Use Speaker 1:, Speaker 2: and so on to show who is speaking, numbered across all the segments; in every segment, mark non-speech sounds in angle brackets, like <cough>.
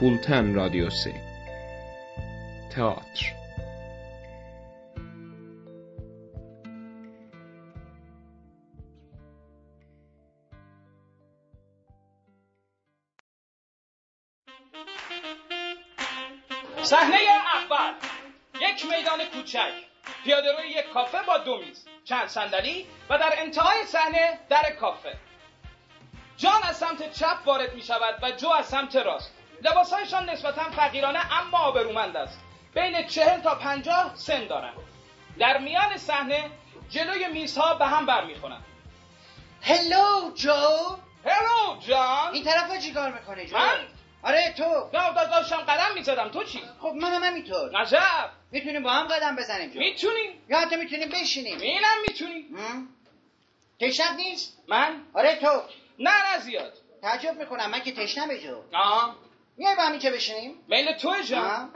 Speaker 1: Bulten Radyosu Teatr
Speaker 2: صحنه اول یک میدان کوچک پیاده روی یک کافه با دو میز چند صندلی و در انتهای صحنه در کافه جان از سمت چپ وارد می شود و جو از سمت راست لباسهایشان نسبتا فقیرانه اما آبرومند است بین چهل تا پنجاه سن دارند در میان صحنه جلوی میزها به هم برمیخورند
Speaker 3: هلو جو
Speaker 2: هلو جان
Speaker 3: این طرفا چیکار میکنه جو
Speaker 2: من؟
Speaker 3: آره تو
Speaker 2: نه دا- داشتم قدم میزدم تو چی
Speaker 3: خب من هم همینطور
Speaker 2: نجب
Speaker 3: میتونیم با هم قدم بزنیم جو
Speaker 2: میتونی
Speaker 3: یا حتی میتونیم بشینیم
Speaker 2: اینم میتونی
Speaker 3: هم؟ تشنت نیست
Speaker 2: من
Speaker 3: آره تو
Speaker 2: نه نه زیاد
Speaker 3: تعجب میکنم من که تشنمه جو
Speaker 2: آها
Speaker 3: میای با هم اینجا بشینیم
Speaker 2: میل تو جان
Speaker 3: ها؟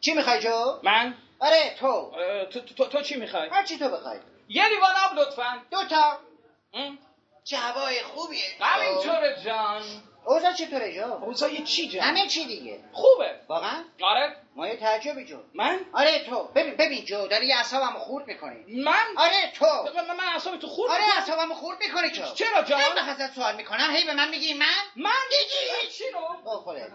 Speaker 3: چی میخوای جو
Speaker 2: من
Speaker 3: آره تو
Speaker 2: اه، تو, تو, تو چی میخوای
Speaker 3: هر چی تو بخوای
Speaker 2: یه لیوان آب لطفا
Speaker 3: دوتا
Speaker 2: ام،
Speaker 3: چه هوای خوبیه جو.
Speaker 2: همینطوره جان
Speaker 3: اوضاع چطوره جو
Speaker 2: اوضاع خب، چی جان
Speaker 3: همه چی دیگه
Speaker 2: خوبه
Speaker 3: واقعا
Speaker 2: آره
Speaker 3: مایه تعجبی جو
Speaker 2: من
Speaker 3: آره تو ببین ببین جو داری اعصابمو خورد میکنی
Speaker 2: من
Speaker 3: آره تو
Speaker 2: من من اعصاب تو خورد
Speaker 3: آره
Speaker 2: می‌کنم.
Speaker 3: اعصابمو خورد میکنی جو
Speaker 2: چرا جان؟
Speaker 3: من ازت سوال میکنم هی به من میگی من
Speaker 2: من
Speaker 3: دیگه
Speaker 2: چی رو
Speaker 3: با خوره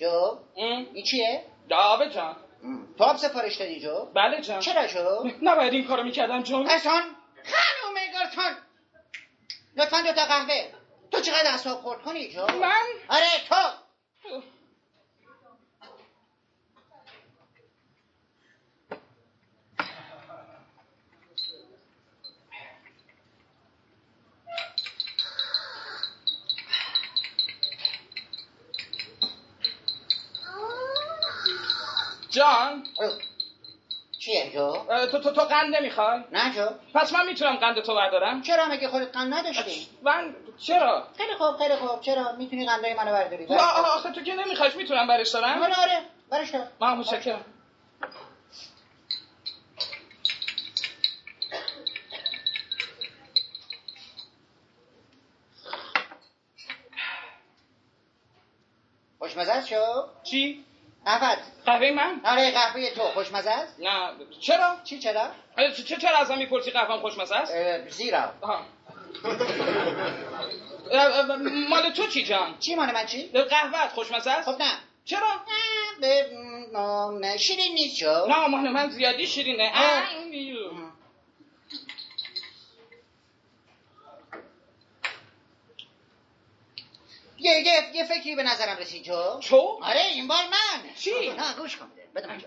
Speaker 3: جو
Speaker 2: ام،
Speaker 3: این چیه؟
Speaker 2: آبه جان
Speaker 3: تو آب سفارش دادی جو؟
Speaker 2: بله جان
Speaker 3: چرا جو؟
Speaker 2: نباید این کارو میکردم جان
Speaker 3: اصلا خانم گارتون لطفا دوتا قهوه تو چقدر اصاب خورد کنی جو؟
Speaker 2: من
Speaker 3: آره تو
Speaker 2: جان
Speaker 3: او. چیه جو؟
Speaker 2: اه، تو تو تو قند نمیخوای
Speaker 3: نه جو
Speaker 2: پس من میتونم قند تو بردارم
Speaker 3: چرا مگه خودت قند نداشتی؟
Speaker 2: من چرا
Speaker 3: خیلی خوب خیلی خوب چرا میتونی قندای منو برداری؟
Speaker 2: آه، آه، آخه تو که نمیخوایش میتونم برش دارم
Speaker 3: آره آره برش دار
Speaker 2: من متشکرم
Speaker 3: خوشمزه است شو؟
Speaker 2: چی؟
Speaker 3: احمد
Speaker 2: قهوه من؟
Speaker 3: آره قهوه تو خوشمزه است؟
Speaker 2: نه چرا؟
Speaker 3: چی چرا؟
Speaker 2: اه، چ- چرا ازم میپرسی قهوهم خوشمزه است؟
Speaker 3: اه، زیرا
Speaker 2: آها. اه، اه، مال تو چی جان؟
Speaker 3: چی مال من چی؟
Speaker 2: قهوهت خوشمزه است؟
Speaker 3: خب نه
Speaker 2: چرا؟
Speaker 3: نه، به- م- نه، شیرین نیست شو
Speaker 2: نه مال من زیادی شیرینه
Speaker 3: آه.
Speaker 2: اه، ایو.
Speaker 3: یه یه یه فکری به نظرم رسید جو
Speaker 2: تو؟
Speaker 3: آره این بار من خب،
Speaker 2: چی؟
Speaker 3: نه گوش کن بده بده من جو.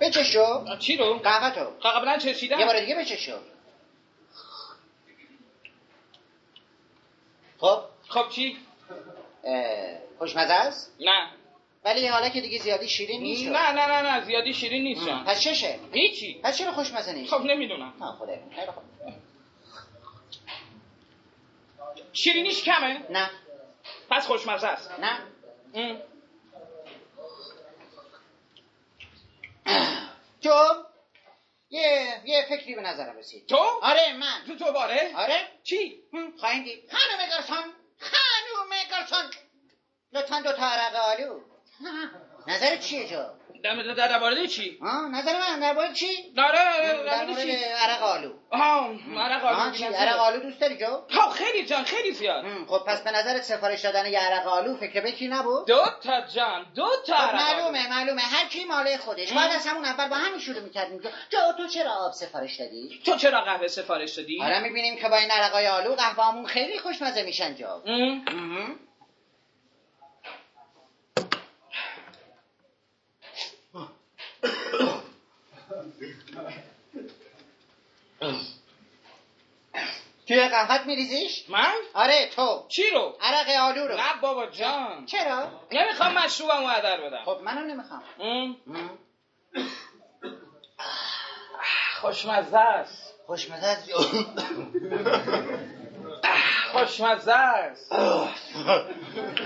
Speaker 3: بچشو
Speaker 2: آه، چی رو؟
Speaker 3: قهوه تو
Speaker 2: قبلا
Speaker 3: یه
Speaker 2: چشیدم؟
Speaker 3: بار دیگه بچشو خب
Speaker 2: خب چی؟
Speaker 3: اه، خوشمزه است
Speaker 2: نه
Speaker 3: ولی حالا که دیگه زیادی شیرین نیست
Speaker 2: نه نه نه نه زیادی شیرین نیست جان
Speaker 3: پس چشه
Speaker 2: هیچی
Speaker 3: پس چرا خوشمزه نیست
Speaker 2: خب نمیدونم
Speaker 3: نه خدا خیلی خوب.
Speaker 2: شیرینیش کمه؟
Speaker 3: نه
Speaker 2: پس خوشمزه است
Speaker 3: نه
Speaker 2: ام.
Speaker 3: تو یه یه فکری به نظرم رسید
Speaker 2: تو؟
Speaker 3: آره من
Speaker 2: تو دوباره؟
Speaker 3: آره
Speaker 2: چی؟
Speaker 3: هم، خواهیم دید خانم گارسون خانم گارسون لطفا دو تا عرق آلو نظر چیه جو
Speaker 2: در در مورد چی؟
Speaker 3: آه نظر من در مورد چی
Speaker 2: داره
Speaker 3: در
Speaker 2: در مورد
Speaker 3: مورد
Speaker 2: چی؟
Speaker 3: عرق آلو
Speaker 2: آه عرق
Speaker 3: آه،
Speaker 2: آلو
Speaker 3: چی؟ عرق آلو دوست داری جو
Speaker 2: خب خیلی جان خیلی زیاد
Speaker 3: هم، خب پس به نظرت سفارش دادن یه عرق آلو فکر بکی نبود
Speaker 2: دو تا جان دو تا
Speaker 3: خب
Speaker 2: عرق آلو.
Speaker 3: معلومه معلومه هر کی ماله خودش
Speaker 2: ام.
Speaker 3: بعد از همون اول با همین شروع میکردیم جو تو چرا آب سفارش دادی
Speaker 2: تو چرا قهوه سفارش دادی؟
Speaker 3: حالا میبینیم که با این عرقای آلو قهوهامون خیلی خوشمزه میشن جو
Speaker 2: ام.
Speaker 3: مهم.
Speaker 2: که
Speaker 3: توی قهوت میریزیش
Speaker 2: من؟
Speaker 3: آره تو
Speaker 2: چی رو؟
Speaker 3: عرق آلو رو
Speaker 2: نه بابا جان
Speaker 3: چرا
Speaker 2: نمیخوام مشروبم هدر بدم
Speaker 3: خب منم نمیخوام
Speaker 2: ام،
Speaker 3: مم.
Speaker 2: خوشمزه است
Speaker 3: خوشمزه است <laughs>
Speaker 2: خوشمزه است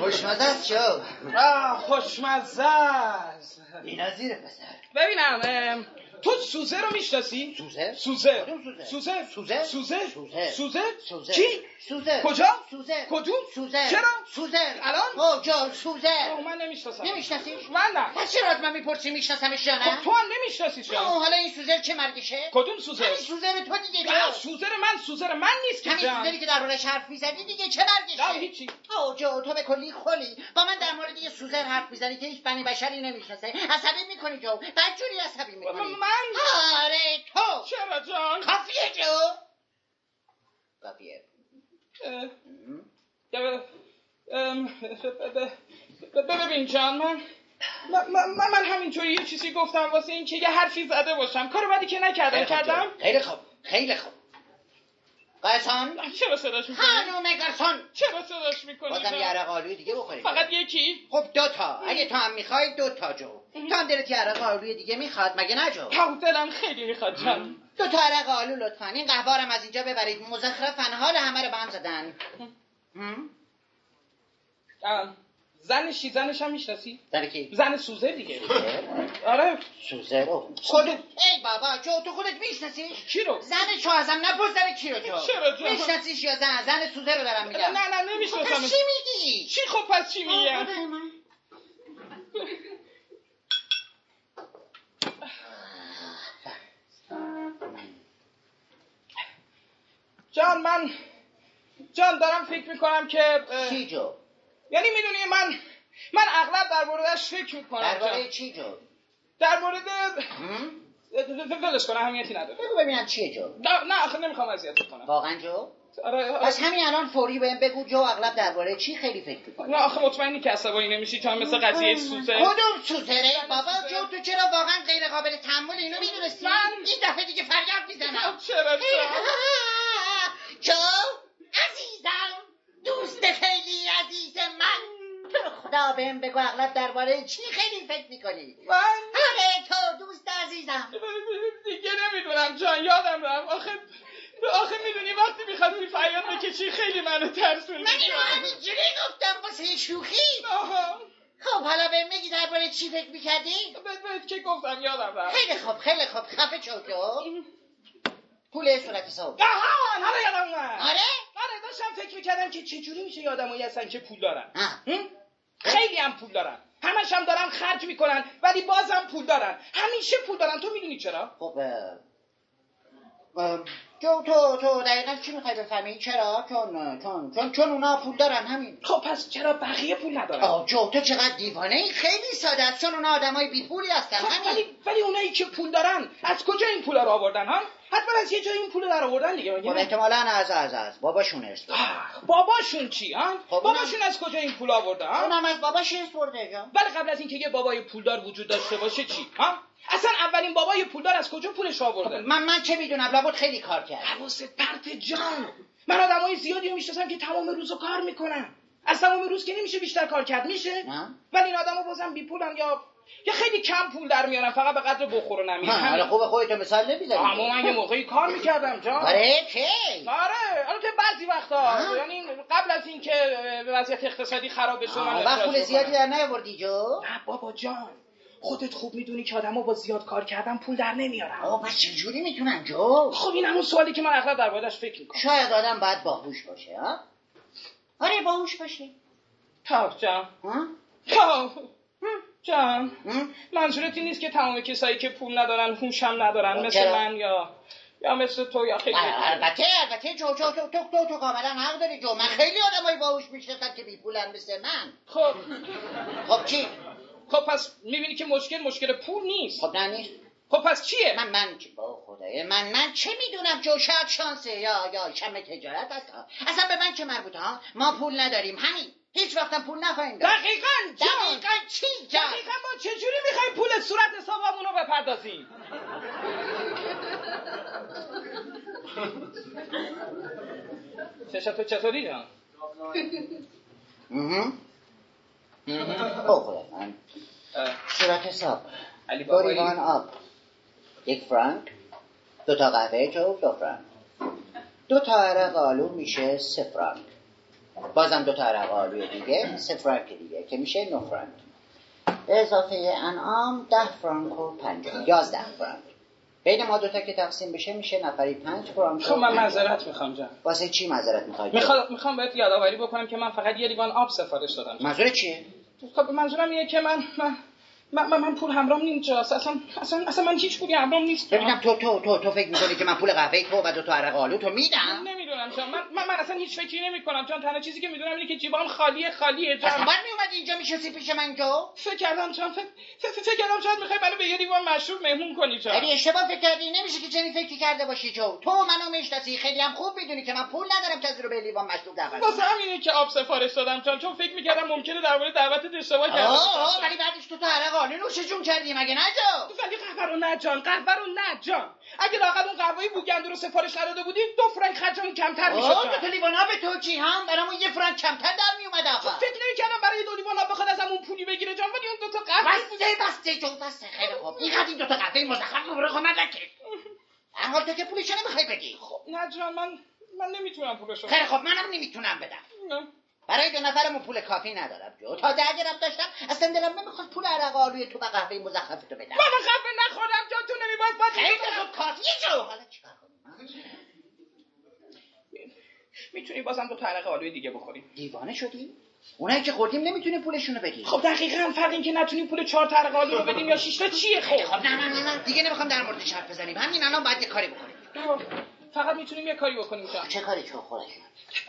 Speaker 3: خوشمزه است شو
Speaker 2: آه، خوشمزه است
Speaker 3: اینا زیر پسر
Speaker 2: ببینم ام، تو سوزه رو میشناسی؟
Speaker 3: سوزه
Speaker 2: سوزه
Speaker 3: کدوم سوزه؟
Speaker 2: سوزه
Speaker 3: سوزه؟
Speaker 2: سوزه
Speaker 3: سوزه؟
Speaker 2: سوزه
Speaker 3: سوزه
Speaker 2: کی؟
Speaker 3: سوزه
Speaker 2: کجا؟
Speaker 3: سوزه
Speaker 2: کدوم؟
Speaker 3: سوزه
Speaker 2: چرا؟
Speaker 3: سوزه
Speaker 2: الان؟
Speaker 3: او جا
Speaker 2: آه،
Speaker 3: سوزه
Speaker 2: من نمیشناسم
Speaker 3: نمیشناسیش
Speaker 2: من نه
Speaker 3: پس چرا از من میپرسی میشناسمش یا
Speaker 2: خب
Speaker 3: نه
Speaker 2: تو هم نمیشناسیش
Speaker 3: او حالا این سوزه چه مرگشه
Speaker 2: کدوم سوزه؟
Speaker 3: همین سوزه تو دیگه
Speaker 2: آه،
Speaker 3: جا
Speaker 2: سوزه من سوزه من نیست که
Speaker 3: همین
Speaker 2: جان
Speaker 3: سوزه که دربارش حرف میزنی دیگه چه
Speaker 2: نه
Speaker 3: مرگشه
Speaker 2: هیچی
Speaker 3: آجا تو به کلی خلی با من در مورد یه سوزن حرف میزنی که هیچ بنی بشری نمیشناسه عصبی میکنی جو بدجوری عصبی میکنی
Speaker 2: خب من
Speaker 3: آره تو
Speaker 2: چرا جان
Speaker 3: کافیه جو کافیه
Speaker 2: اه، اه، ام، ب- ب- ببین جان من من, من, من همینطوری یه چیزی گفتم واسه اینکه یه حرفی زده باشم کار بعدی که نکردم کردم
Speaker 3: خیلی خوب خیلی خب. خوب قایسان
Speaker 2: چرا صداش میکنی؟
Speaker 3: خانوم گرسون
Speaker 2: چرا صداش میکنی؟
Speaker 3: خب. بازم یه عرق آلوی دیگه بخورید
Speaker 2: فقط یکی؟
Speaker 3: خب دوتا اگه تو هم میخوای دوتا جو تو هم دلت یه عرق آلوی دیگه میخواد مگه نه جو
Speaker 2: هاو دلم خیلی میخواد جان
Speaker 3: دو تا عرق آلو لطفا این قهوه رو هم از اینجا ببرید مزخرفن حال همه رو به هم زدن هم؟
Speaker 2: آم، زن شیزنش هم میشناسی؟
Speaker 3: در کی؟
Speaker 2: زن سوزه دیگه آره
Speaker 3: سوزه رو
Speaker 2: خودت
Speaker 3: خب، ای بابا جو تو خودت میشناسیش
Speaker 2: کی رو؟
Speaker 3: زن شو ازم نپرس زن کی رو جو
Speaker 2: چرا جو؟
Speaker 3: میشناسیش یا زن زن سوزه رو دارم
Speaker 2: نه
Speaker 3: میگم
Speaker 2: نه
Speaker 3: پس
Speaker 2: نمیشناسم
Speaker 3: چی آره. میگی؟
Speaker 2: چی خب پس چی میگم؟ جان من جان دارم فکر میکنم که اه،
Speaker 3: چی جو؟
Speaker 2: یعنی میدونی من من اغلب در موردش فکر میکنم
Speaker 3: درباره چی جو؟
Speaker 2: در مورد
Speaker 3: هم؟
Speaker 2: ولش کنم اهمیتی نداره
Speaker 3: بگو ببینم چیه جو؟
Speaker 2: نه نه آخه نمیخوام اذیتت کنم
Speaker 3: واقعا جو؟
Speaker 2: آره آره.
Speaker 3: پس همین الان فوری بهم بگو جو اغلب درباره چی خیلی فکر میکنه
Speaker 2: نه آخه مطمئنی که عصبانی نمیشی چون مثل قضیه سوزه
Speaker 3: کدوم سوتره بابا جو تو چرا واقعا غیر قابل تحمل اینو میدونستی
Speaker 2: من-
Speaker 3: این دفعه دیگه فریاد
Speaker 2: خب،
Speaker 3: میزنم
Speaker 2: چرا
Speaker 3: <laughs>
Speaker 2: جان
Speaker 3: جو عزیزم دوست خیلی عزیز من تو رو خدا بهم بگو اغلب درباره چی خیلی فکر میکنی
Speaker 2: من
Speaker 3: آره تو دوست عزیزم
Speaker 2: دیگه نمیدونم جان یادم رفت آخه آخه میدونی وقتی میخواستی فریاد بکشی خیلی منو ترسوندی
Speaker 3: من اینو
Speaker 2: جان.
Speaker 3: همینجوری گفتم واسه یه شوخی
Speaker 2: آها.
Speaker 3: خب حالا بهم بگی درباره چی فکر میکردی
Speaker 2: بهت بهت که گفتم یادم رفت
Speaker 3: خیلی خوب خیلی خوب خفه شو جو پول صورت صاحب
Speaker 2: آها حالا یادم اومد
Speaker 3: آره
Speaker 2: آره داشتم فکر میکردم که چجوری میشه یه آدمایی هستن که پول دارن
Speaker 3: آه.
Speaker 2: هم؟ خیلی هم پول دارن همش هم دارن خرج میکنن ولی بازم پول دارن همیشه پول دارن تو میدونی چرا
Speaker 3: خب اه، اه، تو تو تو دقیقا چی میخوای بفهمی چرا چون اه، چون چون, چون اونا پول دارن همین
Speaker 2: خب پس چرا بقیه پول ندارن
Speaker 3: آه جو تو چقدر دیوانه ای خیلی ساده است چون اونا آدمای بی پولی هستن
Speaker 2: خب
Speaker 3: همین
Speaker 2: ولی ولی اونایی که پول دارن از کجا این پول رو آوردن ها حتما از یه جای این پول رو در آوردن دیگه مگه
Speaker 3: خب
Speaker 2: نه؟
Speaker 3: احتمالا از از از باباشون است
Speaker 2: آه، باباشون چی ها
Speaker 3: اونم-
Speaker 2: باباشون از کجا این پول آوردن ها
Speaker 3: اونم از باباش است برده جا
Speaker 2: ولی قبل از اینکه یه بابای پولدار وجود داشته باشه چی ها اصلا اولین بابای پولدار از کجا پولش رو آورده
Speaker 3: من من چه میدونم لابد خیلی کار کرد
Speaker 2: حواست پرت جان من آدمای زیادی رو میشناسم که تمام روزو کار میکنن از تمام روز که نمیشه بیشتر کار کرد میشه
Speaker 3: نه؟
Speaker 2: ولی این آدما بازم بی پولن یا یا خیلی کم پول در میارن فقط به قدر بخور و نمیر
Speaker 3: من حالا خوب خودتو مثال
Speaker 2: اما
Speaker 3: نمیزنی
Speaker 2: من یه موقعی کار میکردم جان
Speaker 3: آره کی
Speaker 2: آره البته بعضی وقتا
Speaker 3: ها؟
Speaker 2: یعنی قبل از اینکه اه، وضعیت اقتصادی خراب بشه من
Speaker 3: آه، وقت
Speaker 2: اخراج
Speaker 3: پول زیادی
Speaker 2: بکنم.
Speaker 3: در نیاوردی جو
Speaker 2: نه بابا جان خودت خوب میدونی که آدما با زیاد کار کردن پول در نمیارن
Speaker 3: آه پس چجوری میتونن جو
Speaker 2: خب این همون سوالی که من اغلب در موردش فکر میکنم
Speaker 3: شاید آدم باید باهوش باشه ها آره باهوش باشه
Speaker 2: تا جان
Speaker 3: ها
Speaker 2: تا جان
Speaker 3: هم؟
Speaker 2: منظورت این نیست که تمام کسایی که پول ندارن هوش هم ندارن
Speaker 3: خب
Speaker 2: مثل
Speaker 3: چرا؟
Speaker 2: من یا یا مثل تو یا خیلی
Speaker 3: آره، البته البته جو جو تو تو تو, تو کاملا حق داری جو من خیلی آدمای باهوش میشناسم که بیپولن مثل من
Speaker 2: خب
Speaker 3: خب چی
Speaker 2: خب پس میبینی که مشکل مشکل پول نیست
Speaker 3: خب نه نیست
Speaker 2: خب پس چیه
Speaker 3: من من چی با خدای من من چه میدونم جو شاید شانسه یا یا شم تجارت هست ها. اصلا به من چه مربوطه ها ما پول نداریم همین هیچ وقتم پول نخواهیم داد
Speaker 2: دقیقا جان
Speaker 3: دقیقا چی جان
Speaker 2: دقیقا ما چجوری میخوایم پول صورت حسابمون رو بپردازیم چشتو چطوری جان
Speaker 3: مهم. اوه من
Speaker 2: اه،
Speaker 3: صورت حساب
Speaker 2: علی
Speaker 3: دو
Speaker 2: بابایی
Speaker 3: لیوان آب یک فرانک دو تا قهوه تو دو فرانک دو تا عرق آلو میشه سه فرانک بازم دو تا عرق آلو دیگه سه فرانک دیگه که میشه نه فرانک به اضافه انعام ده فرانک و پنجاه یازده فرانک بین ما دوتا که تقسیم بشه میشه نفری پنج فرانک
Speaker 2: خب
Speaker 3: و
Speaker 2: من
Speaker 3: پنجاه.
Speaker 2: معذرت میخوام جان
Speaker 3: واسه چی معذرت میخواید
Speaker 2: میخوام میخوام بهت یادآوری بکنم که من فقط یه لیوان آب سفارش دادم
Speaker 3: منظور چیه
Speaker 2: خب منظورم اینه که من من من, من, من پول همرام نینجاست اصلا اصلا اصلا من هیچ پولی همرام نیست
Speaker 3: ببینم تو تو تو تو فکر میکنی که من پول قهوه تو و دو تا عرق آلو تو میدم
Speaker 2: نمیدونم جان من, من من اصلا هیچ فکری نمی کنم جان تنها چیزی که میدونم اینه که جیبام خالیه خالیه
Speaker 3: پس
Speaker 2: جان
Speaker 3: من میومد اینجا میشستی پیش من تو
Speaker 2: فکر کردم جان فکر فکر- فکر کردم شاید میخوای منو به یه لیوان مشروب مهمون کنی جان
Speaker 3: ولی اشتباه فکر کردی نمیشه که چنین فکری کرده باشی جو تو منو میشناسی خیلی هم خوب میدونی که من پول ندارم که از رو به لیوان مشروب دعوت کنم.
Speaker 2: واسه همینه که آب سفارش دادم جان چون فکر میکردم ممکنه درباره دعوتت اشتباه کردم
Speaker 3: آه آه، ولی بعدش تو تو عرق آلو نوش جون کردی مگه نه جو
Speaker 2: ولی قهوه رو نه جان قهوه رو نه جان اگه لاغر اون قهوه بوگندو رو سفارش نداده بودی دو فرانک خرجمون کمتر میشد
Speaker 3: آه دو تا
Speaker 2: جان
Speaker 3: لیوان آب تو چی هم برامون یه فرانک کمتر در میومد آقا
Speaker 2: فکر نمیکردم برای دو لیوان آب بخواد ازمون پولی بگیره جان ولی اون دو تا قهوه
Speaker 3: بسته بسته جو بسته خیلی خوب اینقدر این دوتا قهوه مزخرف رو برو من نکش هر حال تو که پولش نمیخوای بدی
Speaker 2: نه جان من من نمیتونم پولشو
Speaker 3: خیلی خب منم نمیتونم بدم
Speaker 2: نه.
Speaker 3: برای دو نفرمون پول کافی ندارم جو تازه اگرم داشتم اصلا دلم نمیخواد پول عرق آلوی تو و قهوه مزخرف تو بدم
Speaker 2: من قهوه نخوردم جان تو نمیباید باید
Speaker 3: خیلی خوب کافیه جو حالا چیکار کنیم
Speaker 2: میتونی بازم دو تا عرق آلوی دیگه بخوریم
Speaker 3: دیوانه شدی اونایی که خوردیم نمیتونی پولشونو بدی
Speaker 2: خب دقیقاً فرق این که نتونیم پول چهار تا عرق آلو رو بدیم یا شش تا چیه
Speaker 3: خیلی خب
Speaker 2: خب
Speaker 3: نه نه نه نه دیگه نمیخوام در موردش حرف بزنیم همین الان باید یه کاری بکنیم
Speaker 2: فقط میتونیم یه کاری بکنیم جان
Speaker 3: چه کاری جو خودش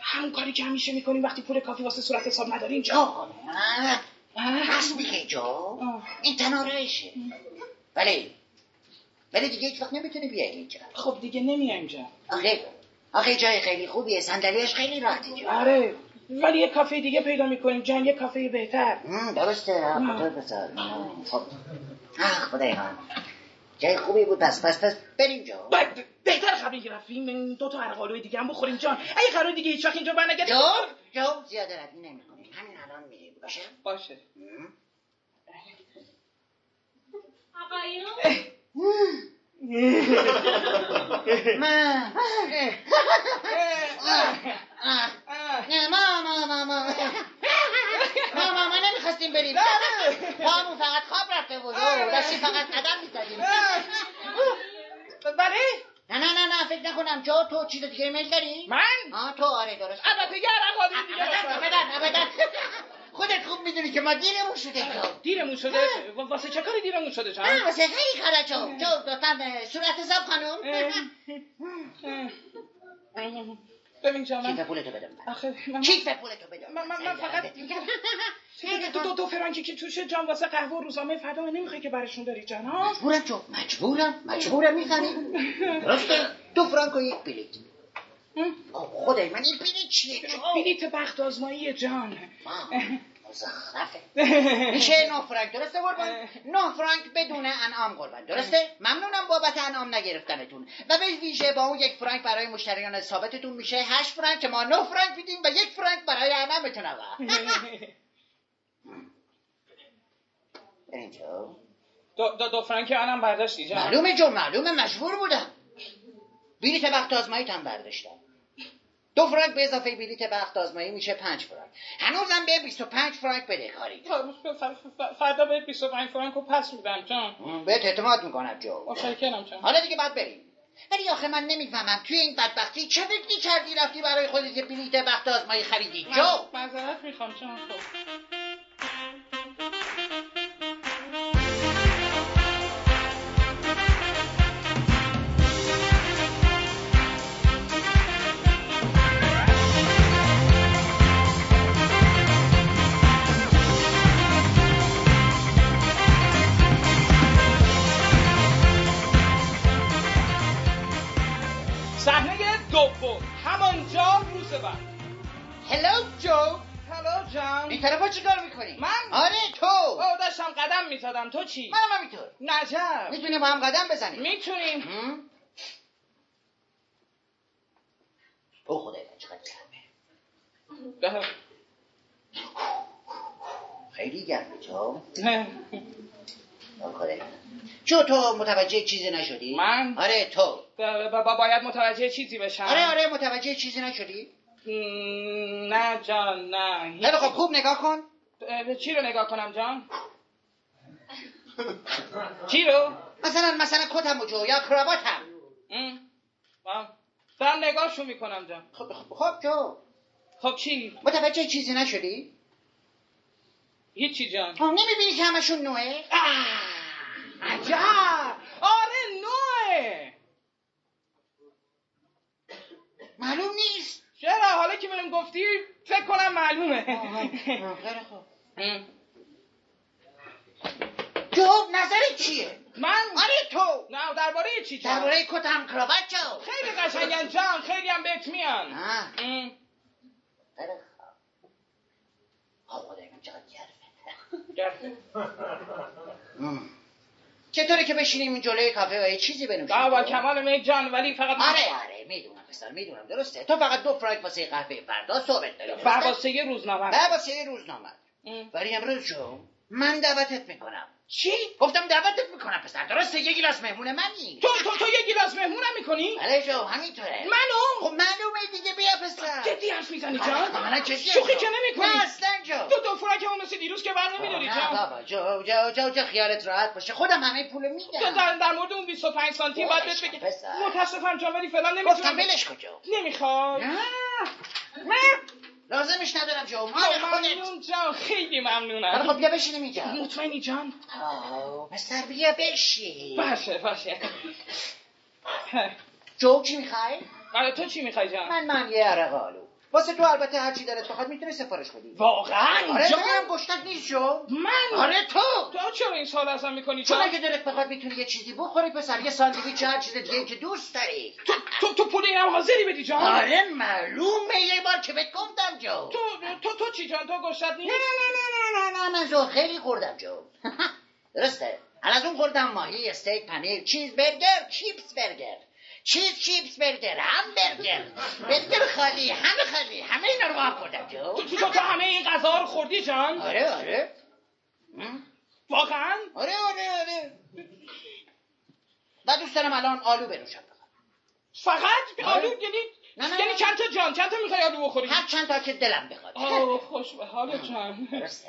Speaker 2: همون کاری که همیشه میکنیم وقتی پول کافی واسه صورت حساب نداریم
Speaker 3: جو
Speaker 2: جان
Speaker 3: خب. نه. هست دیگه جو
Speaker 2: آه.
Speaker 3: این تنارشه ولی ولی دیگه هیچ وقت نمیتونی بیای اینجا
Speaker 2: خب دیگه نمیایم جان
Speaker 3: آخه آخه جای خیلی خوبیه صندلیاش خیلی راحته جو
Speaker 2: آره ولی یه کافه دیگه پیدا میکنیم جان یه کافه بهتر
Speaker 3: مم، درسته
Speaker 2: مم.
Speaker 3: خدا بسر خب آخ خدای من جای خوبی بود پس پس پس بریم جا
Speaker 2: ب- بهتر قبل اینکه رفتیم دو تا عرقالوی دیگه هم بخوریم جان اگه قرار دیگه هیچ وقت اینجا برنگردیم
Speaker 3: جا جا زیاده ردی نمی کنی همین الان میریم باشه
Speaker 2: باشه <laughs>
Speaker 3: مم.
Speaker 1: آقایون
Speaker 3: من آه. نه ما ما ما ما ما ما ما نمیخواستیم بریم پامون فقط خواب رفته بود
Speaker 2: آره.
Speaker 3: داشتی فقط قدم میزدیم
Speaker 2: بله
Speaker 3: نه نه نه نه فکر نکنم جا تو چیز دیگه میل داری؟
Speaker 2: من
Speaker 3: آه تو آره درست
Speaker 2: البته یه عرقالوی دیگه
Speaker 3: ابدا
Speaker 2: بخورم.
Speaker 3: ابدا ابدا خودت خوب میدونی که ما دیرمون شده جو
Speaker 2: دیرمون شده و- واسه چه کاری دیرمون شده جان
Speaker 3: نه واسه خیلی کارا جو جو لطفا به صورت حساب خانم
Speaker 2: ببین جان
Speaker 3: کیف
Speaker 2: من
Speaker 3: پولتو بده من
Speaker 2: آخه من
Speaker 3: کیف پولتو بده
Speaker 2: من- من- من فقط- دو دو, دو فرانکی که توشه جان واسه قهوه و روزنامه فدا نمیخوای که برشون داری جان ها
Speaker 3: مجبورم جو مجبورم مجبورم میخریم درسته دو فرانک و یک بلیت آه، خدای من این بلیت چیه جو
Speaker 2: بلیت بخت آزمایی جان
Speaker 3: آه، مزخرفه میشه نه فرانک درسته قربان نه فرانک بدون انعام قربان درسته ممنونم بابت انعام نگرفتنتون و به ویژه با اون یک فرانک برای مشتریان ثابتتون میشه هشت فرانک که ما نه فرانک میدیم و یک فرانک برای انعامتون آقا بریم جو.
Speaker 2: <laughs> دو, دو, دو فرانکی آنم برداشتی جان
Speaker 3: معلومه جو معلومه مجبور بودم بلیت وقت آزمایی هم برداشتم دو فرانک به اضافه بلیت وقت آزمایی میشه پنج فرانک هنوزم به 25 فرانک بده کاری
Speaker 2: فردا بهت 25 فرانک رو پس میدم جان
Speaker 3: بهت اعتماد میکنم جو
Speaker 2: متشکرم جان
Speaker 3: حالا دیگه بعد بریم ولی آخه من نمیفهمم توی این بدبختی چه فکری کردی رفتی برای خودت یه بلیت وقت آزمایی خریدی جو
Speaker 2: من- معذرت میخوام جان خب صحنه دوم همانجا روز بعد
Speaker 3: هلو جو
Speaker 2: هلو
Speaker 3: این
Speaker 2: جان
Speaker 3: طرفا چیکار میکنی
Speaker 2: من؟
Speaker 3: آره تو
Speaker 2: او داشتم قدم میزدم تو چی؟
Speaker 3: منم همینطور
Speaker 2: نجب
Speaker 3: میتونیم با هم قدم بزنیم
Speaker 2: میتونیم
Speaker 3: هم؟
Speaker 2: ده.
Speaker 3: خیلی گرمه تو
Speaker 2: نه.
Speaker 3: نکنه. چون تو متوجه چیزی نشدی؟
Speaker 2: من؟
Speaker 3: آره تو
Speaker 2: ب- ب- باید متوجه چیزی بشم
Speaker 3: آره آره متوجه چیزی نشدی؟
Speaker 2: م، نه جان نه
Speaker 3: خیلی خب خوب نگاه کن
Speaker 2: اه، چی رو نگاه کنم جان چی رو
Speaker 3: مثلا مثلا کتم و جو یا کراواتم
Speaker 2: ام. آه. دارم نگاهشو میکنم جان
Speaker 3: خب خب, خب جو
Speaker 2: خب چی
Speaker 3: متوجه چیزی نشدی؟
Speaker 2: هیچی جان
Speaker 3: خب نمیبینی که همشون نوعه؟
Speaker 2: عجب آره نوه
Speaker 3: معلوم
Speaker 2: <laughs>
Speaker 3: نیست
Speaker 2: چرا حالا که بهم گفتی فکر کنم معلومه
Speaker 3: آه، خیلی خب
Speaker 2: ام.
Speaker 3: جو نظر چیه؟
Speaker 2: من
Speaker 3: آره تو
Speaker 2: نه درباره چی جان
Speaker 3: درباره کتم کراوات جو
Speaker 2: خیلی قشنگن جان خیلی هم بهت میان
Speaker 3: آه.
Speaker 2: ام.
Speaker 3: خیلی خب آه، خدای من چقدر گرمه مم. چطوره که بشینیم این جلوی کافه و یه چیزی بنوشیم
Speaker 2: آه، با کمال میل جان ولی فقط
Speaker 3: آره آره میدونم پسر میدونم درسته تو فقط دو فرانک واسه قهوه فردا صحبت داری
Speaker 2: برباسته یه روزنامه
Speaker 3: نه واسه یه روزنامه
Speaker 2: ام.
Speaker 3: ولی امروز شو من دعوتت میکنم
Speaker 2: چی
Speaker 3: گفتم دعوتت میکنم پسر درسته یه گیلاس مهمون منی
Speaker 2: تو تو تو یه گیلاس مهمونم میکنی
Speaker 3: بله شو همینطوره خب
Speaker 2: منو
Speaker 3: معلومه دیگه بیا پسر
Speaker 2: خب، جدی حرف میزنی
Speaker 3: آره،
Speaker 2: جان
Speaker 3: خب، الان چشم
Speaker 2: شوخی
Speaker 3: جو.
Speaker 2: که نمیکنی
Speaker 3: نه اصلا جو
Speaker 2: تو دو فرکمون مثل دیروز که بر نمیداری
Speaker 3: نه
Speaker 2: جان
Speaker 3: بابا جو جو جو جو خیالت راحت باشه خودم همه پولو
Speaker 2: تو
Speaker 3: میدم
Speaker 2: در, در مورد اون 25 سانتی باید بهت بگی
Speaker 3: بابا، پسر.
Speaker 2: متاسفم جان ولی فعلا
Speaker 3: گفتم
Speaker 2: نمیتونم
Speaker 3: ولش کن جو
Speaker 2: نمیخواد
Speaker 3: نه لازمش ندارم جو مال آره، خودت
Speaker 2: خب، ممنون جان خیلی
Speaker 3: حالا
Speaker 2: ممنونم
Speaker 3: خب بیا بشینیم اینجا
Speaker 2: <laughs> مطمئنی جان
Speaker 3: آه، پسر بیا بشین
Speaker 2: باشه باشه
Speaker 3: جو چی میخوای؟
Speaker 2: برای تو چی میخوای جان
Speaker 3: من من یه عرق آلو واسه تو البته هر چی دلت بخواد میتونی سفارش بدی
Speaker 2: واقعا
Speaker 3: آره
Speaker 2: جان
Speaker 3: جانم گشتک نیست جو
Speaker 2: من
Speaker 3: آره تو
Speaker 2: تو چرا این سال ازم میکنی
Speaker 3: چون
Speaker 2: جان
Speaker 3: اگه دلت بخواد میتونی یه چیزی بخوری پسر یه ساندویچ هر چیز دیگه که دوست داری
Speaker 2: تو تو تو پول اینم حاضری بدی جان
Speaker 3: آره معلومه یه بار که بهت گفتم جو
Speaker 2: تو تو تو چی جان تو گشتت
Speaker 3: نه
Speaker 2: نیست
Speaker 3: نه نه نه نه نه من جو خیلی خوردم جو <laughs> درسته الان از اون خوردم ماهی استیک پنیر چیز برگر چیپس برگر چیز چیپس برگر همبرگر برگر خالی همه خالی همه اینا رو با هم خوردم جو
Speaker 2: تو تو تو همه این غذا رو خوردی جان
Speaker 3: آره آره م؟
Speaker 2: واقعا
Speaker 3: آره آره آره و دوست دارم الان آلو بنوشم
Speaker 2: فقط
Speaker 3: آره.
Speaker 2: آلو یعنی
Speaker 3: نه، نه،
Speaker 2: یعنی
Speaker 3: نه.
Speaker 2: چند تا جان چند تا میخوای آلو بخوری
Speaker 3: هر چند تا که دلم بخواد
Speaker 2: آه خوش به حال جان
Speaker 3: <laughs> درسته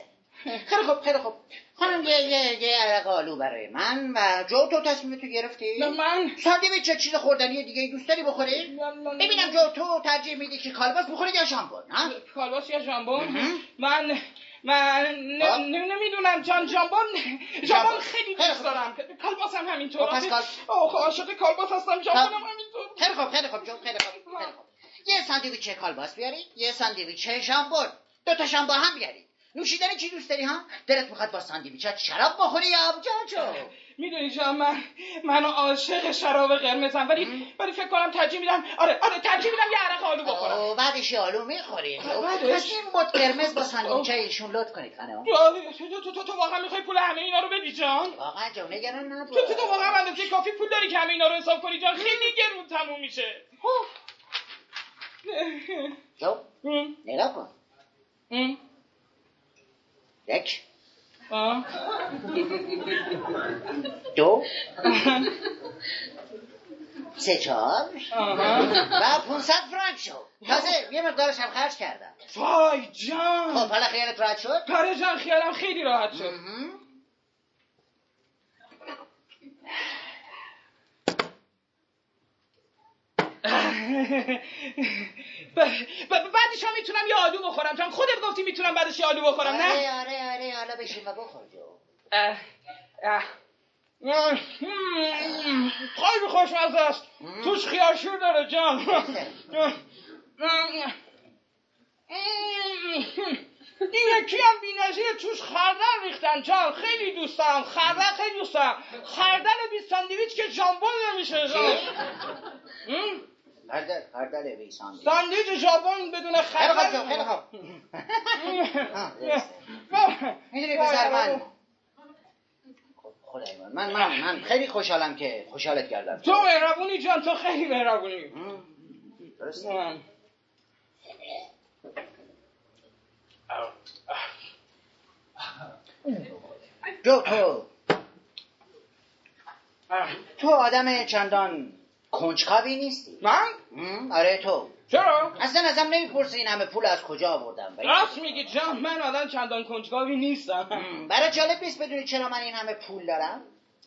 Speaker 3: خیلی خوب خیلی خوب خانم یه یه یه عرق آلو برای من و جو تو تصمیم تو گرفتی
Speaker 2: نه، من
Speaker 3: ساندویچ چه چیز خوردنی دیگه دوست داری بخوری
Speaker 2: نه، نه، نه.
Speaker 3: ببینم جو تو ترجیح میدی که کالباس بخوری یا شامپون ها
Speaker 2: کالباس یا ژامبون
Speaker 3: مهم.
Speaker 2: من من
Speaker 3: آه.
Speaker 2: نمیدونم جان ژامبون ژامبون
Speaker 3: ژامبون.
Speaker 2: خیلی
Speaker 3: خیلی
Speaker 2: دوست
Speaker 3: خوب.
Speaker 2: دارم کالباس هم همینطور
Speaker 3: خب، پس خب. کال-
Speaker 2: آخ عاشق کالباس هستم ژامبون هم
Speaker 3: کال-
Speaker 2: همینطور
Speaker 3: خیلی خوب خیلی خوب جو خیلی خوب خیلی خوب یه ساندویچ کالباس بیاری یه ساندویچ شامپون دو تا شام با هم بیاری نوشیدنی چی دوست داری ها دلت میخواد با ساندویچات شراب بخوری یا آبجو جو
Speaker 2: میدونی جان من من عاشق شراب قرمزم ولی ولی فکر کنم ترجیح میدم آره آره ترجیح میدم یه عرق آلو بخورم
Speaker 3: آه، بعدش یه آلو میخوری
Speaker 2: بعدش؟
Speaker 3: پس این مد قرمز با ساندویچه ایشون لط کنید خانم
Speaker 2: آه، تو تو تو, تو واقعا میخوای پول همه اینا رو بدی جان
Speaker 3: واقعا جو نگران نباش
Speaker 2: تو تو, تو واقعا اندازه کافی پول داری که همه اینا رو حساب کنی جان خیلی گرون تموم میشه
Speaker 3: جو
Speaker 2: ام،
Speaker 3: نگاه کن
Speaker 2: ام،
Speaker 3: یک
Speaker 2: آه.
Speaker 3: دو سه چهار
Speaker 2: آها.
Speaker 3: و 500 فرانک شد تازه یه مقدارش هم خرج کردم
Speaker 2: وای
Speaker 3: خب
Speaker 2: جان
Speaker 3: حالا خیالت راحت شد
Speaker 2: کار جان خیالم خیلی راحت شد
Speaker 3: مهم.
Speaker 2: ب- ب- بعدش هم میتونم یه آلو بخورم جان خودت گفتی میتونم بعدش یه آلو بخورم نه
Speaker 3: آره آره آره حالا بشین و بخور جو
Speaker 2: اه، اه. مم، خیلی خوشمزه است
Speaker 3: مم.
Speaker 2: توش خیارشور داره جان این یکی هم بی‌نظیر توش خردل ریختن جان خیلی دوست دارم خردل خیلی دوست دارم خردل بیست ساندویچ که ژامبون نمیشه جان
Speaker 3: چی؟
Speaker 2: مم،
Speaker 3: هردل هردل بیسان
Speaker 2: ساندویچ ژامبون بدون
Speaker 3: خیلی خوب
Speaker 2: خردل
Speaker 3: جو خیلی
Speaker 2: <laughs>
Speaker 3: خوب آه، درسته.
Speaker 2: مم.
Speaker 3: میدونی پسر من خدای من من من من خیلی خوشحالم که خوشحالت کردم
Speaker 2: تو مهربونی جان تو خیلی مهربونی
Speaker 3: مم. درسته
Speaker 2: مم.
Speaker 3: جو تو تو آدم چندان کنجکاوی نیستی
Speaker 2: من؟
Speaker 3: م، آره تو
Speaker 2: چرا؟
Speaker 3: اصلا ازم نمیپرسی این همه پول از کجا آوردم ولی-
Speaker 2: راست میگی جان من آدم چندان کنجکاوی نیستم
Speaker 3: م، برای جالب نیست بدونی چرا من این همه پول دارم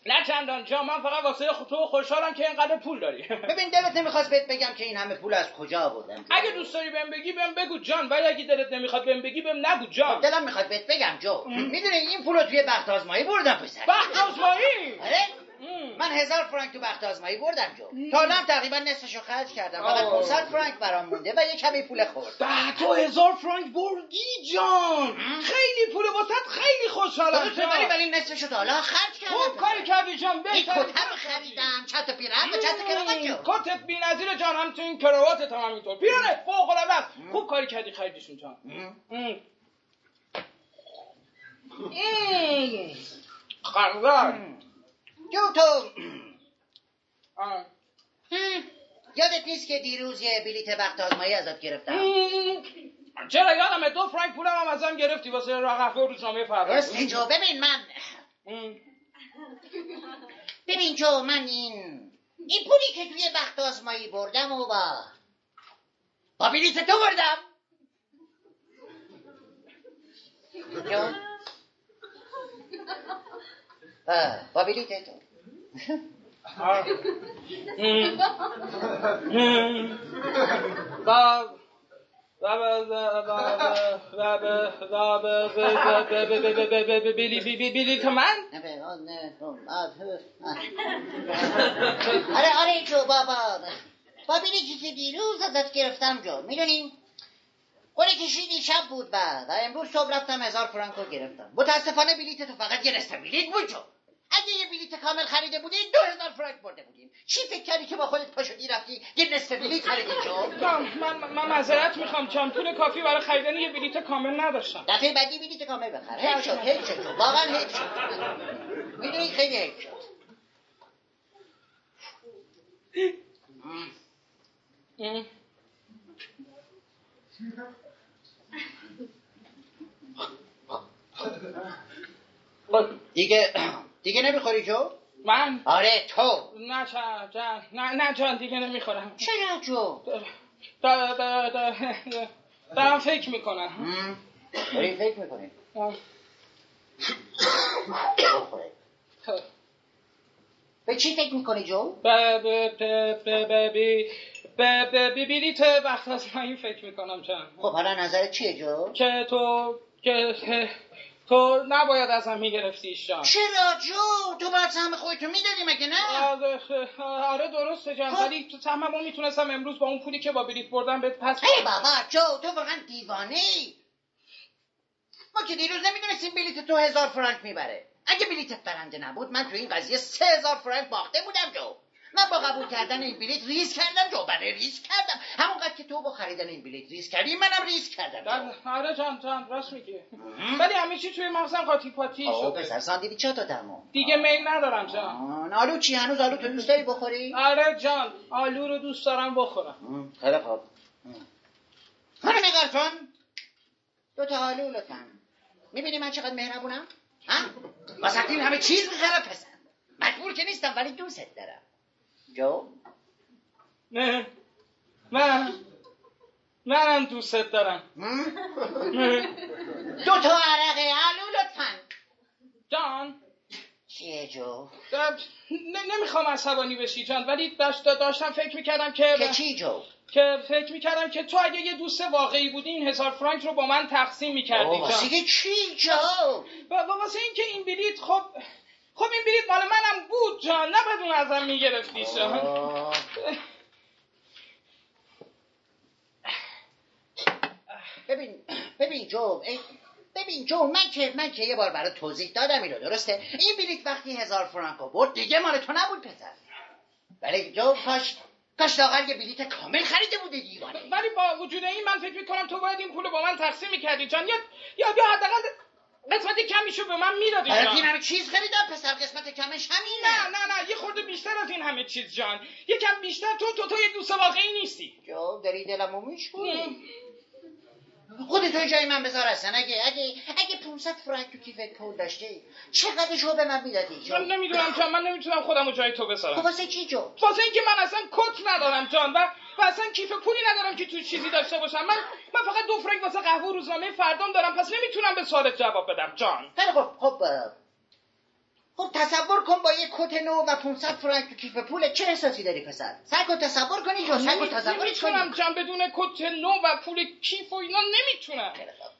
Speaker 2: نه چندان جان من فقط واسه خ- تو خوشحالم که اینقدر پول داری <laughs>
Speaker 3: ببین دلت نمیخواست بهت بگم که این همه پول از کجا آوردم
Speaker 2: اگه دوست داری بهم بگی بهم بگو جان ولی اگه دلت نمیخواد بهم بگی بهم نگو جان
Speaker 3: خب دلم میخواد بهت بگم جو میدونی این پول رو توی بخت آزمایی بردم پسر
Speaker 2: بخت آزمایی
Speaker 3: آره
Speaker 2: ام.
Speaker 3: من هزار فرانک تو بخت آزمایی بردم جو تا الان تقریبا نصفشو خرج کردم فقط
Speaker 2: آه.
Speaker 3: 500 فرانک برام مونده و یه کمی پول خورد
Speaker 2: ده تا هزار فرانک بردی جان خیلی پول واسط خیلی خوشحالم
Speaker 3: درسته، ولی
Speaker 2: جان
Speaker 3: ولی نصفشو تا الان خرج کردم
Speaker 2: خوب خب، کاری کردی جان
Speaker 3: این
Speaker 2: بهتر
Speaker 3: کتم خریدم چند تا پیرهن و چند تا کراوات جو
Speaker 2: کتت بی نظیر جان هم تو این کراواتت هم همینطور پیرانه فوق العاده است خوب کاری کردی خریدیشون جان
Speaker 3: م.
Speaker 2: ام. خردل
Speaker 3: جو تو
Speaker 2: آه.
Speaker 3: هم. یادت نیست که دیروز یه بلیت بخت آزمایی ازت گرفتم
Speaker 2: ام. چرا یادمه دو فرانک پولم هم ازم گرفتی واسه راه قهوه و روزنامه فردا
Speaker 3: درسته جو ببین من
Speaker 2: ام.
Speaker 3: ببین جو من این این پولی که توی بخت آزمایی بردم و با با بلیت تو بردم جو آه، با بلیت تو
Speaker 2: آه. ام. ام. با با با- با- با- با- با- با- با- با- با- با- با- با- با- بلی- بلی- بلی که من
Speaker 3: نه، به آن، نه، اون، آه، آه. آره آره جو بابا با بلیتی که دیروز ازت گرفتم جو میدونی قول کشیدی شب بود و و امروز صبح رفتم هزار فرانک رو گرفتم متاسفانه بلیت تو فقط یه رسته بلیت بود جو اگه یه بلیت کامل خریده بودی دو هزار فرانک برده بودیم چی فکر کردی که با خودت پاشدی رفتی یه نصف بلیت خریدی جو
Speaker 2: جان، من من معذرت میخوام چند پول کافی برای خریدن یه بلیت کامل نداشتم
Speaker 3: دفعه بعدی بلیت کامل بخر هیچ شد هیچ شد جو. واقعا هیچ شد میدونی خیلی هیچ شد
Speaker 2: ام.
Speaker 3: دیگه دیگه نمیخوری جو
Speaker 2: من
Speaker 3: آره تو
Speaker 2: نه جان جان نه نه جان دیگه نمیخورم
Speaker 3: چرا جو
Speaker 2: دا- دا- دا- دارم فکر میکنم
Speaker 3: مم. داری فکر میکنی به چی فکر میکنی جو؟
Speaker 2: به بلیت وقت از من فکر میکنم جان
Speaker 3: خب حالا نظرت چیه جو؟
Speaker 2: که تو که تو نباید از هم میگرفتیش جان
Speaker 3: چرا جو؟ تو باید سهم خودتو میدادی مگه نه؟
Speaker 2: آره درسته
Speaker 3: خب.
Speaker 2: جان ولی تو سهممو میتونستم امروز با اون پولی که با بلیت بردم بهت پس
Speaker 3: ای
Speaker 2: بدم.
Speaker 3: بابا جو تو واقعا دیوانه ای ما که دیروز نمیدونستیم بلیت تو هزار فرانک میبره اگه بلیتت برنده نبود من تو این قضیه سه هزار فرانک باخته بودم جو من با قبول کردن این بلیت ریز کردم جو برای ریز کردم همونقدر که تو با خریدن این بلیت ریز کردی منم ریز کردم جو.
Speaker 2: در- آره جان جان راست میگی
Speaker 3: مم.
Speaker 2: ولی همه چی توی مغزم قاطی پاتی
Speaker 3: آه
Speaker 2: شده
Speaker 3: پسر ساندویچ چطور دمو؟
Speaker 2: دیگه میل ندارم جان
Speaker 3: آن، آلو چی هنوز آلو تو دوست داری بخوری؟
Speaker 2: آره جان آلو رو دوست دارم بخورم
Speaker 3: مم، خیلی خوب حالا نگار کن دو تا آلو لطفا میبینی من چقدر مهربونم؟ ها؟ واسه این همه چیز میخرم پسر مجبور که نیستم ولی دوستت دارم جو؟
Speaker 2: نه من منم دوستت دارم
Speaker 3: مم؟
Speaker 2: نه.
Speaker 3: دو تا عرق آلو لطفا
Speaker 2: جان
Speaker 3: چیه جو؟
Speaker 2: ن- نمیخوام عصبانی بشی جان ولی داشت داشتم فکر میکردم که
Speaker 3: که چی جو؟
Speaker 2: که فکر میکردم که تو اگه یه دوست واقعی بودی این هزار فرانک رو با من تقسیم میکردی
Speaker 3: آه،
Speaker 2: جان
Speaker 3: واسه چی جو؟
Speaker 2: و و واسه اینکه این بلیت خب خب این بلیت مال منم بود جان نباید اون ازم میگرفتی جان
Speaker 3: آه. ببین ببین جو ای- ببین جو من که من که یه بار برای توضیح دادم اینو درسته این بلیت وقتی هزار فرانک برد دیگه مال تو نبود پسر ولی جو کاش کاش لاغر یه بلیت کامل خریده بوده دیوانه
Speaker 2: ولی با وجود این من فکر میکنم تو باید این پول رو با من تقسیم میکردی جان یا یا یا حداقل قسمت کمیشو به من میدادی
Speaker 3: برای این
Speaker 2: جان
Speaker 3: همه چیز خریدم پسر قسمت کمش
Speaker 2: نه
Speaker 3: همینه
Speaker 2: نه نه یه خورده بیشتر از این همه چیز جان یکم بیشتر تو تو تو یه دوست واقعی نیستی
Speaker 3: جو داری دلمو میشکونی خود توی جای من بذار اصلا اگه اگه اگه 500 فرانک تو کیف پول داشتی چقدرشو به من میدادی
Speaker 2: من
Speaker 3: جو
Speaker 2: نمیدونم جان من نمیتونم خودم رو جای تو
Speaker 3: خب
Speaker 2: بذارم
Speaker 3: واسه چی جو
Speaker 2: واسه اینکه من اصلا کت ندارم جان و و اصلا کیف پولی ندارم که تو چیزی داشته باشم من من فقط دو فرنگ واسه قهوه و روزنامه فردام دارم پس نمیتونم به سوالت جواب بدم جان
Speaker 3: خیلی خب خب اه، خب تصور کن با یه کت نو و 500 فرانک تو کیف پول چه احساسی داری پسر سعی کن تصور کنی جو سعی کن تصورش
Speaker 2: نمیتونم
Speaker 3: کنی
Speaker 2: جان بدون کت نو و پول کیف و اینا نمیتونم
Speaker 3: خیلی خب.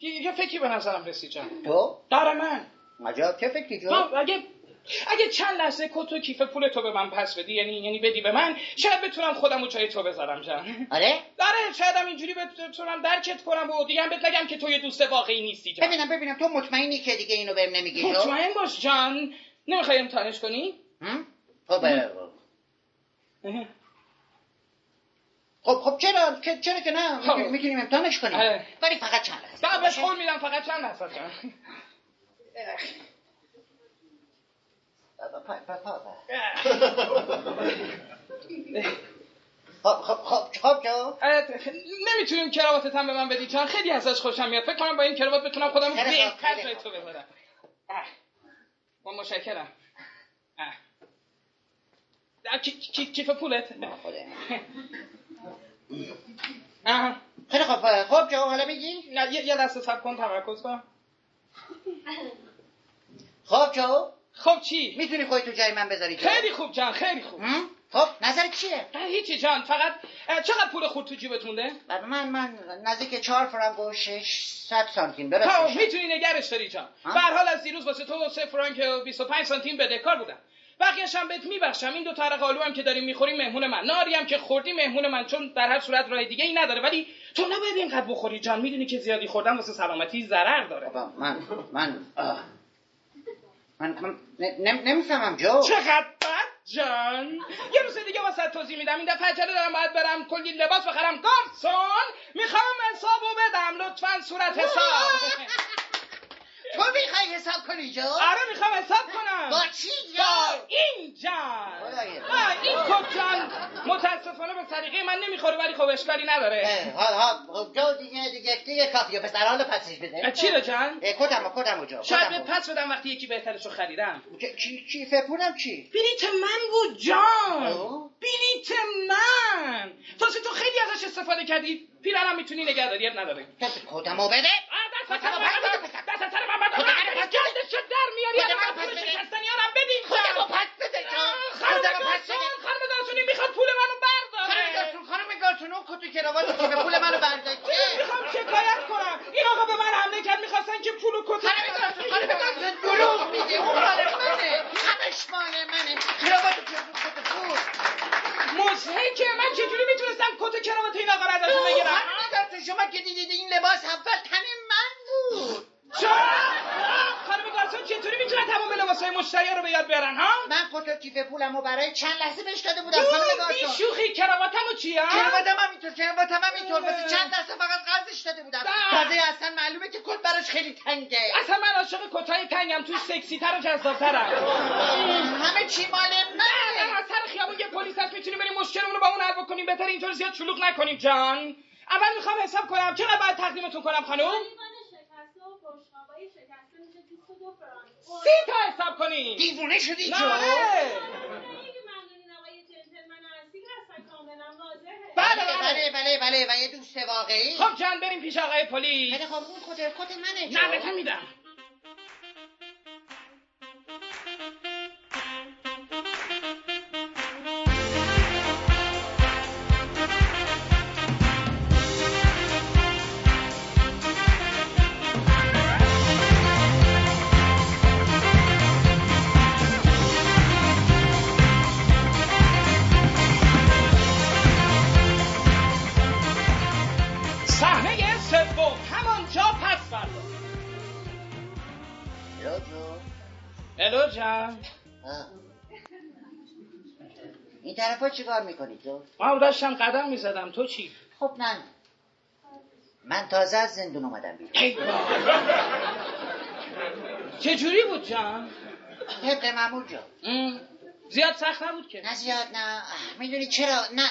Speaker 2: یه یه فکری به نظرم رسید جان
Speaker 3: تو
Speaker 2: در من
Speaker 3: عجب چه فکری جو
Speaker 2: تو اگه اگه چند لحظه کت و کیف پول تو به من پس بدی یعنی یعنی بدی به من شاید بتونم خودم رو جای تو بذارم جان <laughs>
Speaker 3: آره
Speaker 2: آره شاید هم اینجوری بتونم درکت کنم و دیگه هم بهت نگم که تو یه دوست واقعی نیستی جان
Speaker 3: ببینم ببینم تو مطمئنی که دیگه اینو بهم نمیگی جو
Speaker 2: مطمئن خب باش جان نمیخوای امتحانش
Speaker 3: <laughs>
Speaker 2: کنی
Speaker 3: هم؟ خب اه، خب خب چرا که چرا که
Speaker 2: خب.
Speaker 3: نه میتونیم امتحانش کنیم
Speaker 2: آره.
Speaker 3: ولی فقط چند لحظه
Speaker 2: نه بهش
Speaker 3: باشه؟
Speaker 2: قول میدم فقط چند نفر جان
Speaker 3: <laughs> پ- پ- پ- پ- خب خب خب خب جو
Speaker 2: نمیتونیم کراواتت هم به من بدی جان خیلی ازش خوشم میاد فکر کنم با این کراوات بتونم خودم رو
Speaker 3: خیلی خوب،
Speaker 2: بهتر
Speaker 3: خیلی
Speaker 2: جای
Speaker 3: خوب.
Speaker 2: تو بذارم اه. من مشکرم اه. اه، کی- کی- کیف پولت
Speaker 3: خدا.
Speaker 2: اه.
Speaker 3: خیلی خب اه، خب جو حالا میگی
Speaker 2: نه یه یه لحظه صبر کن تمرکز کن
Speaker 3: خب جو
Speaker 2: خب چی
Speaker 3: میتونی خودت تو جای من بذاری جو
Speaker 2: خیلی خوب جان خیلی خوب
Speaker 3: هم؟ خب نظر چیه
Speaker 2: نه، هیچی جان فقط اه، چقدر پول خود تو جیبت مونده
Speaker 3: و من من نزدیک چهار فرانک و 600 سانتیم درست
Speaker 2: خب
Speaker 3: میشه.
Speaker 2: میتونی نگرش داری جان
Speaker 3: ها؟
Speaker 2: به هر حال از دیروز واسه تو سه فرانک و 25 سانتیم بدهکار بودم بقیه‌ش هم بهت میبخشم این دو ترق آلو هم که داریم میخوریم مهمون من ناری هم که خوردی مهمون من چون در هر صورت راه دیگه ای نداره ولی تو نباید اینقدر بخوری جان میدونی که زیادی خوردن واسه سلامتی ضرر داره
Speaker 3: بابا، من من آه. من, من نمیفهمم جو
Speaker 2: چقدر بد جان یه روز دیگه واسه توضیح میدم این دفعه عجله دارم باید برم کلی لباس بخرم گارسون میخوام حسابو بدم لطفا صورت <laughs>
Speaker 3: <laughs>
Speaker 2: حساب
Speaker 3: تو میخوای حساب کنی جو
Speaker 2: آره میخوام حساب کنم
Speaker 3: با چی جو
Speaker 2: با این جان
Speaker 3: خدایا.
Speaker 2: با این کت جان متاسفانه به طریقه من نمیخوره ولی خب اشکالی نداره
Speaker 3: اه، ها ها خب جو دیگه دیگه دیگه کافیه پس در حال پسش بده
Speaker 2: اه، چی رو جان
Speaker 3: اه، کدمو کدمو جو
Speaker 2: شاید
Speaker 3: کدمو.
Speaker 2: به پس بدم وقتی یکی بهترشو خریدم
Speaker 3: چ- چی چی فپونم چی
Speaker 2: بلیت من بود جان
Speaker 3: اوه.
Speaker 2: بلیت من تازه تو خیلی ازش استفاده کردی پیرنم میتونی نگه داری اب نداره
Speaker 3: کسی کدمو بده
Speaker 2: آه، دست از سر من بردار. دست از سر من بردار.
Speaker 3: خدا من پس بده.
Speaker 2: جلدشو در میاری
Speaker 3: خدا من
Speaker 2: آدم
Speaker 3: پس
Speaker 2: پول
Speaker 3: بده.
Speaker 2: شکستنی آدم بدین جان.
Speaker 3: کدمو پس بده جو
Speaker 2: خانم
Speaker 3: کدمو پس
Speaker 2: گارسون
Speaker 3: بده
Speaker 2: خانم گارسونی میخواد پول منو
Speaker 3: خانم
Speaker 2: برداره
Speaker 3: گارسون خانم گارسون اون کت و کراوات که به پول منو برداشته
Speaker 2: میخوام شکایت کنم این آقا به من حمله کرد میخواستن که پول و کت
Speaker 3: خانم گارسون خانم گارسون دروغ میگه اون مال منه همش مال منه کراوات و کت و پول
Speaker 2: مزهی که من چجوری میتونستم کت و کراوات این آقا رو ازشون بگیرم
Speaker 3: خانم گارسون شما که دیدید این لباس اول تن من بود
Speaker 2: چرا؟ خانم گارسون چطوری میتونن تمام لباسهای مشتری رو به یاد بیارن ها
Speaker 3: من کت و کیف پولمو برای چند لحظه بهش داده بودم خانم
Speaker 2: دور بی
Speaker 3: گارسون
Speaker 2: شوخی کراواتمو چی ها
Speaker 3: کراواتم هم اینطور کراواتم هم اینطور
Speaker 2: آره.
Speaker 3: واسه چند دسته فقط قرضش داده بودم
Speaker 2: بله.
Speaker 3: تازه اصلا معلومه که کت براش خیلی تنگه
Speaker 2: اصلا من عاشق کتای تنگم توش سکسی تر و جذابترم
Speaker 3: همه چی مال
Speaker 2: الان
Speaker 3: منه
Speaker 2: از سر خیابون یه پلیس هست میتونیم بریم مشکلمون رو با اون حل بکنیم بهتر اینطور زیاد شلوغ نکنیم جان اول میخوام حساب کنم چقدر باید تقدیمتون کنم خانم
Speaker 1: لیوان شکسته و بشقابای شکسته میشه 22 فرانک.
Speaker 2: سی تا حساب کنیم
Speaker 3: دیوونه شدی
Speaker 2: نه
Speaker 3: جو
Speaker 1: آقای اگه ممنونین آقای جنتلمن هستی که اصلا کاملا واضحه.
Speaker 2: بله، بله.
Speaker 3: بله بله بله و یه دوست واقعی
Speaker 2: خب جان بریم پیش آقای پلیس
Speaker 3: خیلی خب اون کت کت منه
Speaker 2: نه به
Speaker 3: جو
Speaker 2: تو میدم صحنه سوم همانجا پس فردا
Speaker 3: الو جو
Speaker 2: الو جان
Speaker 3: آه. این طرفا چیکار میکنی جو
Speaker 2: من هم داشتم قدم میزدم تو چی؟
Speaker 3: خب نه من تازه از زندون اومدم بیرون
Speaker 2: ای بابا. چه جوری بود جان؟
Speaker 3: طبق معمول جو
Speaker 2: ام. زیاد سخت نبود که
Speaker 3: نه زیاد نه میدونی چرا نه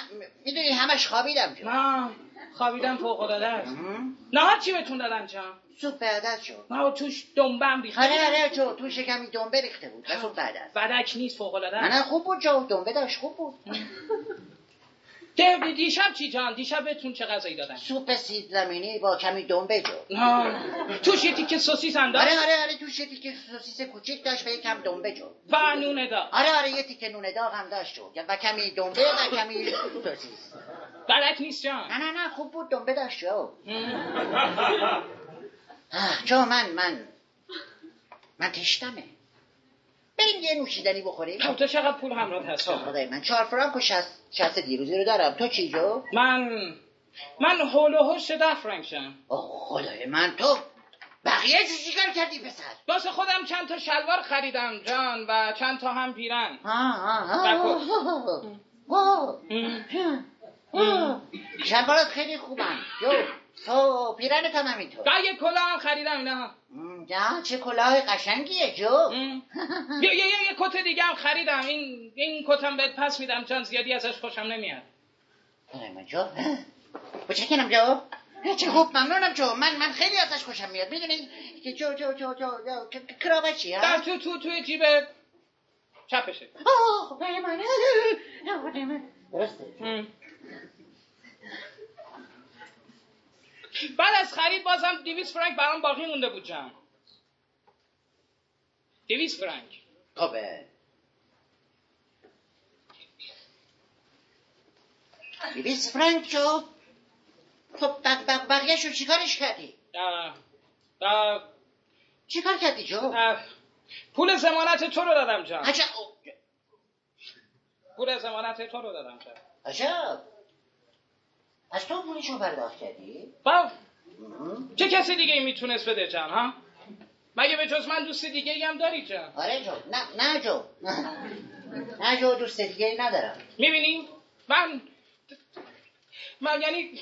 Speaker 3: میدونی همش خوابیدم جو
Speaker 2: نه خوابیدم فوق العاده است
Speaker 3: مهم.
Speaker 2: نهار چی بهتون دادن چم
Speaker 3: سوپ بعدت شد
Speaker 2: نه و توش دنبم بیخته
Speaker 3: آره آره جو تو شکمی دنبه ریخته بود و سوپ بعدت
Speaker 2: بدک نیست فوق العاده
Speaker 3: نه
Speaker 2: است
Speaker 3: نه خوب بود جو دنبه داشت خوب بود آره.
Speaker 2: ده- دیشب چی جان دیشب بهتون چه غذایی دادن
Speaker 3: سوپ سیب زمینی با کمی دنبه جو
Speaker 2: نه توش یه تیکه سوسیس انداخت
Speaker 3: آره آره آره تو شدی که سوسیس کوچیک داشت و یکم دنبه جو
Speaker 2: و نون داد
Speaker 3: آره آره یه تیکه نون داغ هم داشت جو و کمی دنبه و کمی سوسیس
Speaker 2: بدک نیست جان
Speaker 3: نه نه نه خوب بود دنبه داشت جو
Speaker 2: مم.
Speaker 3: آه، جو من من من تشتمه بریم یه نوشیدنی بخوریم
Speaker 2: خب تو چقدر پول همراه هست
Speaker 3: تو خدای من چهار فرانک و شست, شست دیروزی رو دارم تو چی جو؟
Speaker 2: من من هول و هوش ده فرانک شم
Speaker 3: اوه خدای من تو بقیه چی چیکار کردی پسر؟
Speaker 2: واسه خودم چند تا شلوار خریدم جان و چند تا هم پیرن
Speaker 3: آه، آه، آه،
Speaker 2: نکن.
Speaker 3: آه، آه.
Speaker 2: مم.
Speaker 3: آه. شلوارات خیلی خوبم جو تو پیرنت هم همینطور
Speaker 2: و یه کلاه هم خریدم اینا
Speaker 3: مم، نه چه کلاه قشنگیه جو
Speaker 2: مم.
Speaker 3: <laughs>
Speaker 2: یه یه یه کت دیگه هم خریدم این این کتم بهت پس میدم چون زیادی ازش خوشم نمیاد
Speaker 3: خدای من جو متشکرم جو چه خوب ممنونم جو من من خیلی ازش خوشم میاد میدونی که جو جو جو جو, جو. ک- ک- کراوات چیه، ها
Speaker 2: در تو تو توی جیب چپشه
Speaker 3: آه، خدای من آه، خدای من درسته
Speaker 2: مم. بعد از خرید بازم 200 فرانک برام باقی مونده بود جان 200 فرانک
Speaker 3: خبه بیس فرانک جو خب بق بق بقیهش رو چیکارش کردی؟
Speaker 2: اه، اه،
Speaker 3: چیکار کردی جو؟
Speaker 2: اه، پول زمانت تو رو دادم جان
Speaker 3: عجب
Speaker 2: پول زمانت تو رو دادم جان
Speaker 3: عجب از تو پولش رو برداشت کردی؟
Speaker 2: با
Speaker 3: مهم.
Speaker 2: چه کسی دیگه میتونست بده جان ها مگه به جز من دوست دیگه هم داری جان
Speaker 3: آره جو نه نه جو نه جو دوست دیگه ای ندارم
Speaker 2: میبینی من من یعنی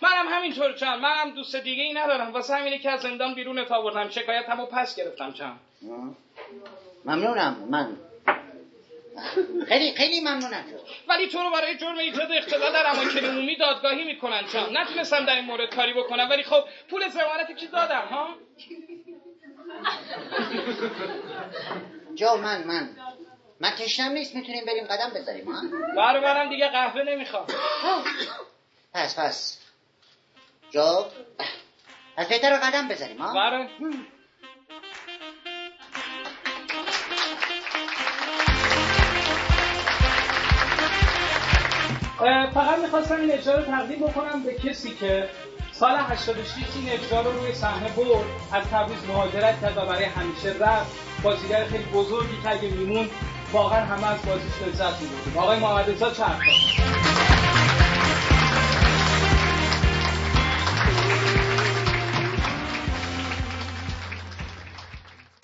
Speaker 2: منم همینطور جان منم دوست دیگه ای ندارم واسه همینه که از زندان بیرون تا بردم شکایتمو پس گرفتم جان
Speaker 3: مهم. ممنونم من خیلی خیلی ممنونم جو
Speaker 2: ولی تو رو برای جرم ایجاد اختلال در اماکن عمومی دادگاهی میکنن جان نتونستم در این مورد کاری بکنم ولی خب پول ضمانت که دادم ها
Speaker 3: جو من من من تشنم نیست میتونیم بریم قدم بذاریم ها؟
Speaker 2: برای منم دیگه قهوه نمیخوام
Speaker 3: پس پس جو از بهتر قدم بزنیم ها
Speaker 2: برای اه، فقط میخواستم این اجرا رو تقدیم بکنم به کسی که سال 86 این اجرا رو روی صحنه برد از تبریز مهاجرت کرد و برای همیشه رفت بازیگر خیلی بزرگی که اگه میمون واقعا همه از بازیش لذت می‌بردیم آقای محمد رضا چرخان